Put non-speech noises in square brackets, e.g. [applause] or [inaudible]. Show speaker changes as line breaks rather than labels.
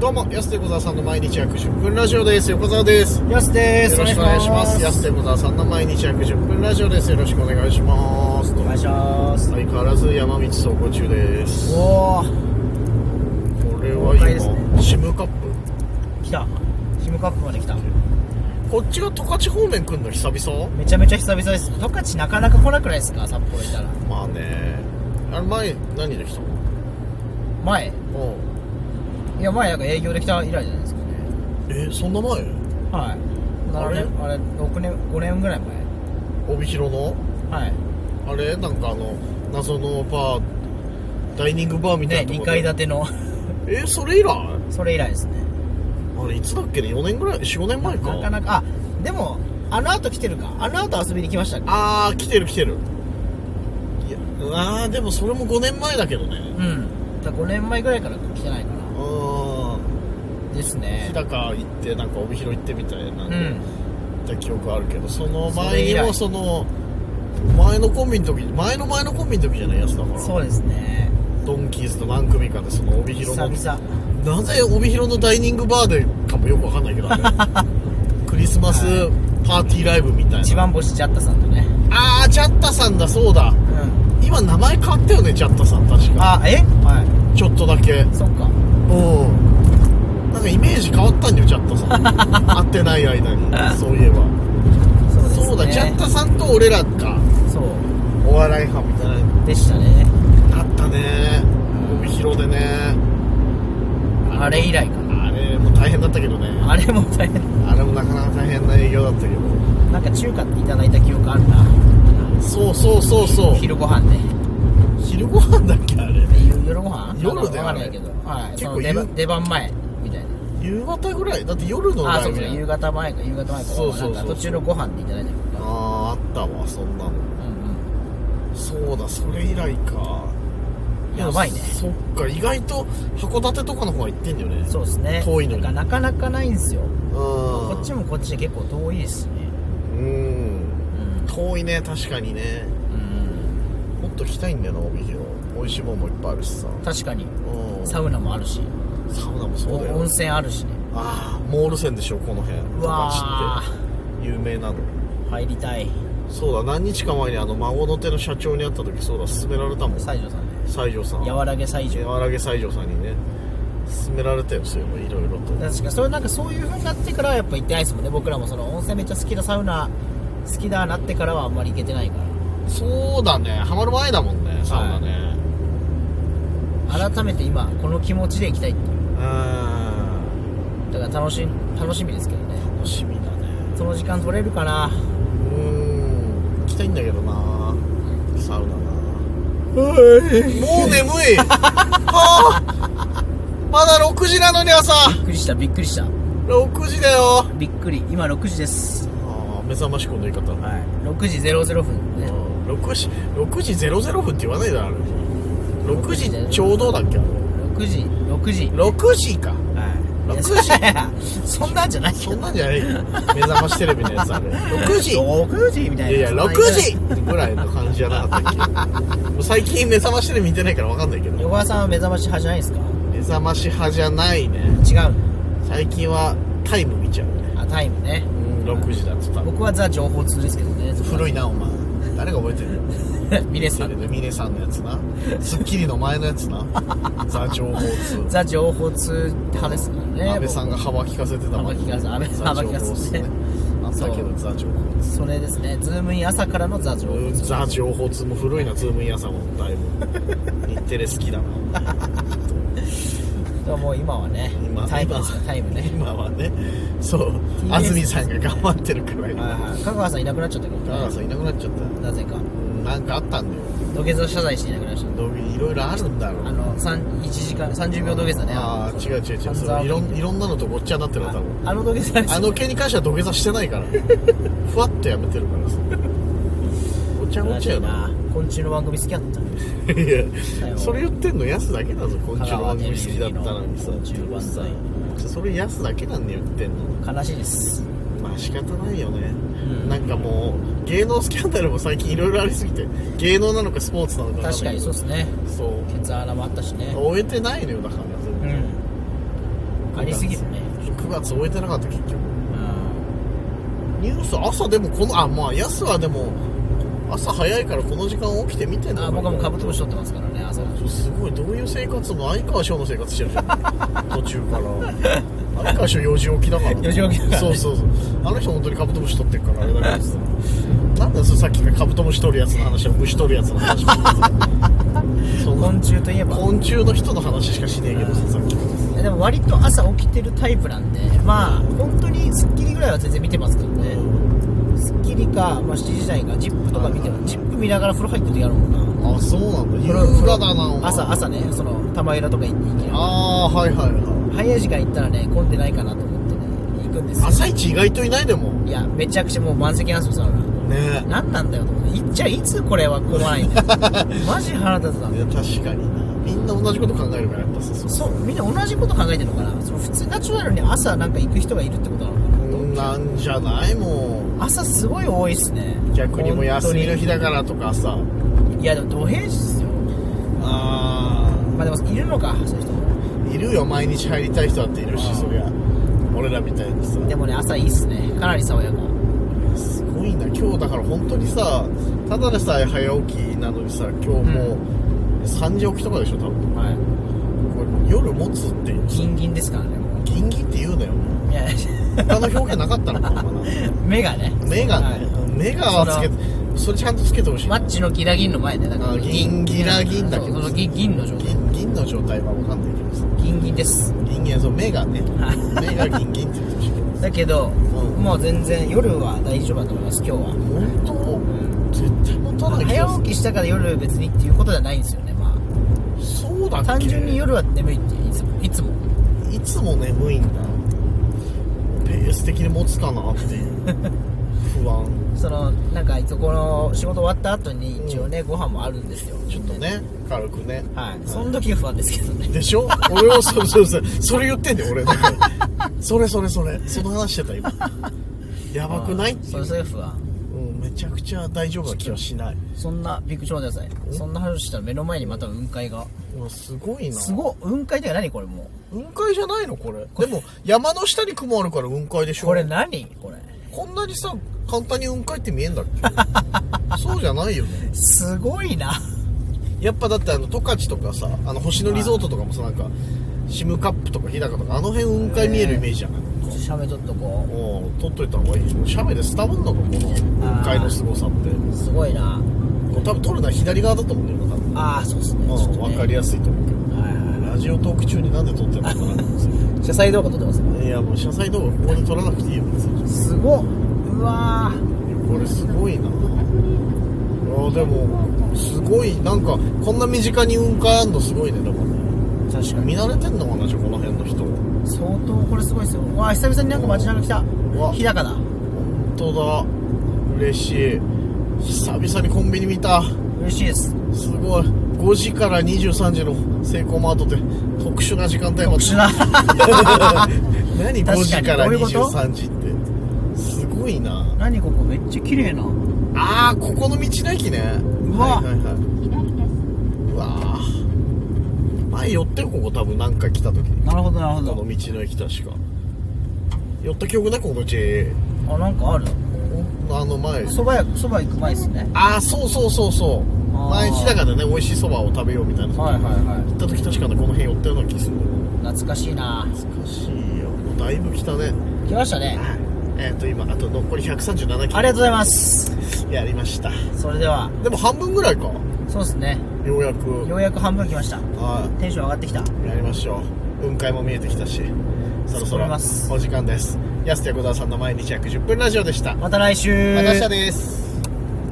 どうも、安手小沢さんの毎日約10分ラジオです。横澤です。
やすで
よ
す。
ろしくお願いします。安手小沢さんの毎日約10分ラジオです。よろしくお願いします。
お願いします。
相変わらず山道走行中です。こ
おお、
れは
了解です
今、シムカップ。
来た。シムカップまで来た。
こっちが十勝方面来んの久々
めちゃめちゃ久々です。十勝なかなか来なくないですか札幌いたら。
まあね。あれ前、何で来たの
前
う
いや、前なんか営業で来た以来じゃないですかね。
ん。え、そんな前
はい。
あれ
7年あれ、6年、5年ぐらい前。
帯広の
はい。
あれなんかあの、謎のバー、ダイニングバーみたいな
ね、
と
2
こで
階建ての、 [laughs]
え、それ以来
それ以来ですね。
あれいつだっけね4年ぐらい45年前
な
か
かなか、あ、でも、あの後来てるか。あの後遊びに来ましたか
ああ来てる来てるいやあーでもそれも5年前だけどね
うん。だ5年前ぐらいから来てないか
う
な。
ーん
ですね
日。高行ってなんか帯広行ってみたいな、
う
行
ん。
った記憶あるけどその
それ
前
以
にも
来
その前のコンビの時前の前のコンビの時じゃないやつだから
そうですね。
ドンキーズと何組かでその帯
久
広の
々。
なぜ帯広のダイニングバーでかもよくわかんないけど、
[laughs]
ね、クリスマスパーティーライブみたい
一
な
番星ジャッタさんとね。
ああチャッタさんだそうだ
うん。
今名前変わったよねチャッタさん確か
あ、えは
ちょっとだけ
い。そっか。
うんなんかイメージ変わったんだよチャッタ
[laughs]
さん会ってない間にそういえば
そうですね。
そうだチャッタさんと俺らか
そう。
お笑い班みたい
でしたね。
なあったね帯広でね
あれ以来かな。
あれも大変だったけどね
あれも大変。
あれもなかなか大変な営業だったけど
なんか中華っていただいた記憶あるな。
そうそうそうそう
昼ご飯ね。
昼ご飯だっけあれ
え夜夜ご飯
夜だよ
わかんないけど。はい。
結
そ
構
の出
夕
番出番前みたいな。
夕方ぐらいだって夜の
あ、
ラ
そ
イ
う
ブ
そう。
や
夕方前か夕方前か。
そうそうそう
なんか途中のご飯でいただいた記憶あ
あーあったわそんなの
る。うん
そうだそれ以来か
うん。やばいね。
そっか意外と函館とかの方が行ってんだよね
そうですね。
遠いのに
なんかなかなかないんですよ。
うん
こっちもこっちで結構遠いですね。
うん
うん。
遠いね確かにね
うん。
もっと来たいんだよな帯広美味しいもんもいっぱいあるしさ
確かに。
うん
サウナもあるし、
サウナもそうだよ
温泉あるしね。
ああモール線でしょこの辺
うわ
十勝って有名なの
ー、入りたい。
そうだ何日か前にあの孫の手の社長に会った時そうだ勧められたもん
西条さんね。
西条さん
柔らげ西条。
和らげ西条さんにね勧められたよそういえばいろいろと
確か、それなんかそういう風になってからはやっぱ行ってないですもんね。僕らもその温泉めっちゃ好きだ、サウナ好きだなってからはあんまり行けてないか
そうだねハマる前だもんねサウナね、
ら。改めて今、この気持ちで行きたいっていう。だから楽しみ、楽しみですけどね。
うん楽しみだね
その時間取れるかな
うーん行きたいんだけどなサウナな
び
もう眠 [laughs] いはあまだ6時なのに朝
っくりした、びっくりした。
6時だよ
びっくり。今6時です。
ああ目覚ましくの言い方、
はい。6時00分
う
ね。
ん6時6時00分って言わないだろあれ6時ちょうどだっけあれ
6時、6時。
6時か
はい。
6
時 [laughs] そんなんじゃないけど
そんなんじゃないよ目覚ましテレビのやつあれ6時
6時みたいない
やいや、6時ぐらいの感じじゃなかったっけ [laughs] もう最近目覚ましテレビ見てないから分かんないけど。
横川さんは目覚まし派じゃないです
目覚まし派じゃないね。
か違う
最近はタイム見ちゃうね。
あタイムね
うん、6時だって多分。
僕はザ情報通ですけどね
古いな、お前。誰が覚えてるの
い峰さ
テレ
ん
ビミネさんのやつな。スッキリの前のやつな。 [laughs] ザ・情報通。
ザ情報通派ですからね
安倍さんが幅利かせてたもん
幅利かせ安倍
ザ・情報通ね
幅利。
あったけど、ザ・情報
僕それですねズームイン朝からのザ情報
うんザ・情報通も古いな、ズームイン朝もだい [laughs] ぶ。日テレ好きだな。
でももう今はね
今
タイムですか
今
タイムね
今はねそう安
TS
住さんが頑張ってるから今
はいはい香川さんいなくなっちゃったけど
田中さんいなくなっちゃっ
なぜか
たなんかあったんだよ
土下座謝罪していなくなっちゃっ
どういろいろあるんだろう
たあの3 1時間30秒土下座ね
ああ違う違う違う
半
そう
沢
いろんいろんなのとごっちゃになってるの多分
あの土下座です
あの件に関しては土下座してない
[laughs]
からふわっとやめてるからさごちゃごちゃやな
昆虫の番組好きだった
い
だ
や
よ
それ言ってんのヤスだけだぞ昆虫の番組好きだったのにさ
香川照之の昆虫万
それヤスだけなんで言ってんの
悲しいです
まあ仕方ないよね、
うん
なんかもう芸能スキャンダルも最近いろいろありすぎて芸能なのかスポーツなのかわん
確
な
か
いけ
にそ
ど
うですね
そう
ケツ穴もあったしね
終えてないのよだから
う
全
ん
然、
ありすぎるね
9月終えてなかった結局
うん
ニュース朝でもこのあまあヤスはでも朝早いからこの時間起きて見てんの
あ
かな
僕はもうカブトムシ取ってますからね朝
すごいどういう生活も相川翔の生活してるじゃん途中から
[laughs]
相川翔4時起きだから
4時起きだから
そうそうそうあの人本当にカブトムシ取ってるからあれだけどさなんだよそれさっきのカブトムシ取るやつの話は虫取るやつの話そんな
昆虫といえば
昆虫の人の話しかしねえけどささっき
えでも割と朝起きてるタイプなんでまあ本当に『スッキリ』ぐらいは全然見てますけどね『スッキリ』か、まあ、7時台か『ジップとか見て
はい
る ZIP 見ながら風呂入ってる時あるもんな
あそうなんだ
風
優
呂
雅だなお前
朝朝ねその玉浦とか行って行
ああはいはいはい
け早い時間行ったらね混んでないかなと思ってね行くんですよ
朝一意外といないでも
いやめちゃくちゃもう満席なんですよサウナ
ね
何なんだよと思っていじゃあいつこれは来ない
[laughs]
んだマジ腹立つな
えいや確かになみんな同じこと考えるからやっぱさそう
そうみんな同じこと考えてるのかなその普通ナチュラルに朝なんか行く人がいるってことなの
な
かな
んじゃないもう
朝すごい多いっすね
逆にもう休みの
本
日だからとかさ
当にいやでも土平日っすよ
あ
まあでもいるのかそういう人も
ーいるよ毎日入りたい人だっているしそりゃ俺らみたいにさ
でもね朝いいっすねかなり爽やか
すごいな今日だから本当にさただでさえ早起きなのにさ今日もう3時起きとかでしょ多分
はい
これ夜持つって
ギンギンですからねも
ギンギンって言うなよ
ういや [laughs]
他の表現なかったのか [laughs] な
目がね
目がね、目がはつけてそれちゃんとつけてほしい
マッチのギラギンの前ねだから
あギンギラギンだけど
そうそのギンギンの状態
銀銀の状態は分かんないけどさ
ギンギンです
銀銀そう目がね
はい
目がギンギンって言ってほしいけど
だけど、
うん
もう全然夜は大丈夫だと思います今日は
本当絶対持たない気が
早
す
起きしたから夜別にっていうことじゃないんですよねま
るそうだっ
あ
け
単純に夜は眠いっていつもいつも
いつも眠いんだペース的に持つかなっていう不安
そのなんかいつこの仕事終わった後に一応ね、ご飯もあるんですよ
ちょっとね軽くね
はいその時が不安ですけどね
でしょ俺はそうそうそうそれ言ってんだよ俺だけそれそれそれその話してた今やばくないってい
そうれそれが不安
うん、めちゃくちゃ大丈夫な気はしない
そんなびっくりしました
お
そんな話したら目の前にまた雲海が
うわすごいな
すごい雲海って何これも
雲海じゃないのこれでも山の下に雲あるから雲海でし
う
ょ
これ何これ
こんなにさ簡単に雲海って見えんだっけ [laughs] そうじゃないよね
すごいな
やっぱだってあの十勝とかさあの星野リゾートとかもさなんかシムカップとか日高とかあの辺雲海見えるイメージじゃない
しゃべとっとこ
おう撮っといた方がいいしゃべでスタブんのかこの雲海の凄さって
うすごいな
もう多分撮るのは左側だと思うんだよな多分
ああそうですねちょっと
うん、
ね
分かりやすいと思うけど
はいはい
ラジオトーク中になんで撮ってるのかなと思って [laughs]
車載動画撮ってます
いやもう車載動画ここで撮らなくていいよ別に
すごっうわ
これすごいなあーでもすごいなんかこんな身近に雲海あんのすごいねでもね
ー確か
見慣れてんのかなじゃあこの辺の人本
相当これすごいですようわー久々になんか街中来た
うわ
日高だ
当だ嬉しい久々にコンビニ見た
嬉しいです
すごい5時から23時のセイコーマートって特殊な時間帯特
[laughs] しな
何5時から
どういうこと
23時ってすごいな
何ここめっちゃ綺麗な
ああここの道の駅ね
うわ
はいはいはい、うわー前寄ってるここ多分何回来た時に
なるほどなるほ
この道
ど
の駅確か寄った記憶ないこの JA
あなんかある
あの前
そば屋そば行く前ですね
ああそうそうそうそう
あー
前日高でね美味しいそばを食べようみたいな行っ
はいはいは
た時確かねこの辺寄ったような気する
い懐かしいな
懐かしいよもうだいぶ来たね
来ましたね
えっ、と今あと残り137キ
ありがとうございます
ロやりました
それでは
でも半分ぐらいか
そうですね
ようやく
ようやく半分来ました
はい
テンション上がってきた
やりましょう雲海も見えてきたしそろそ
そう思
ろ
います
お時間です安手小沢さんの毎日約10分ラジオでしたま
また来週
た明日です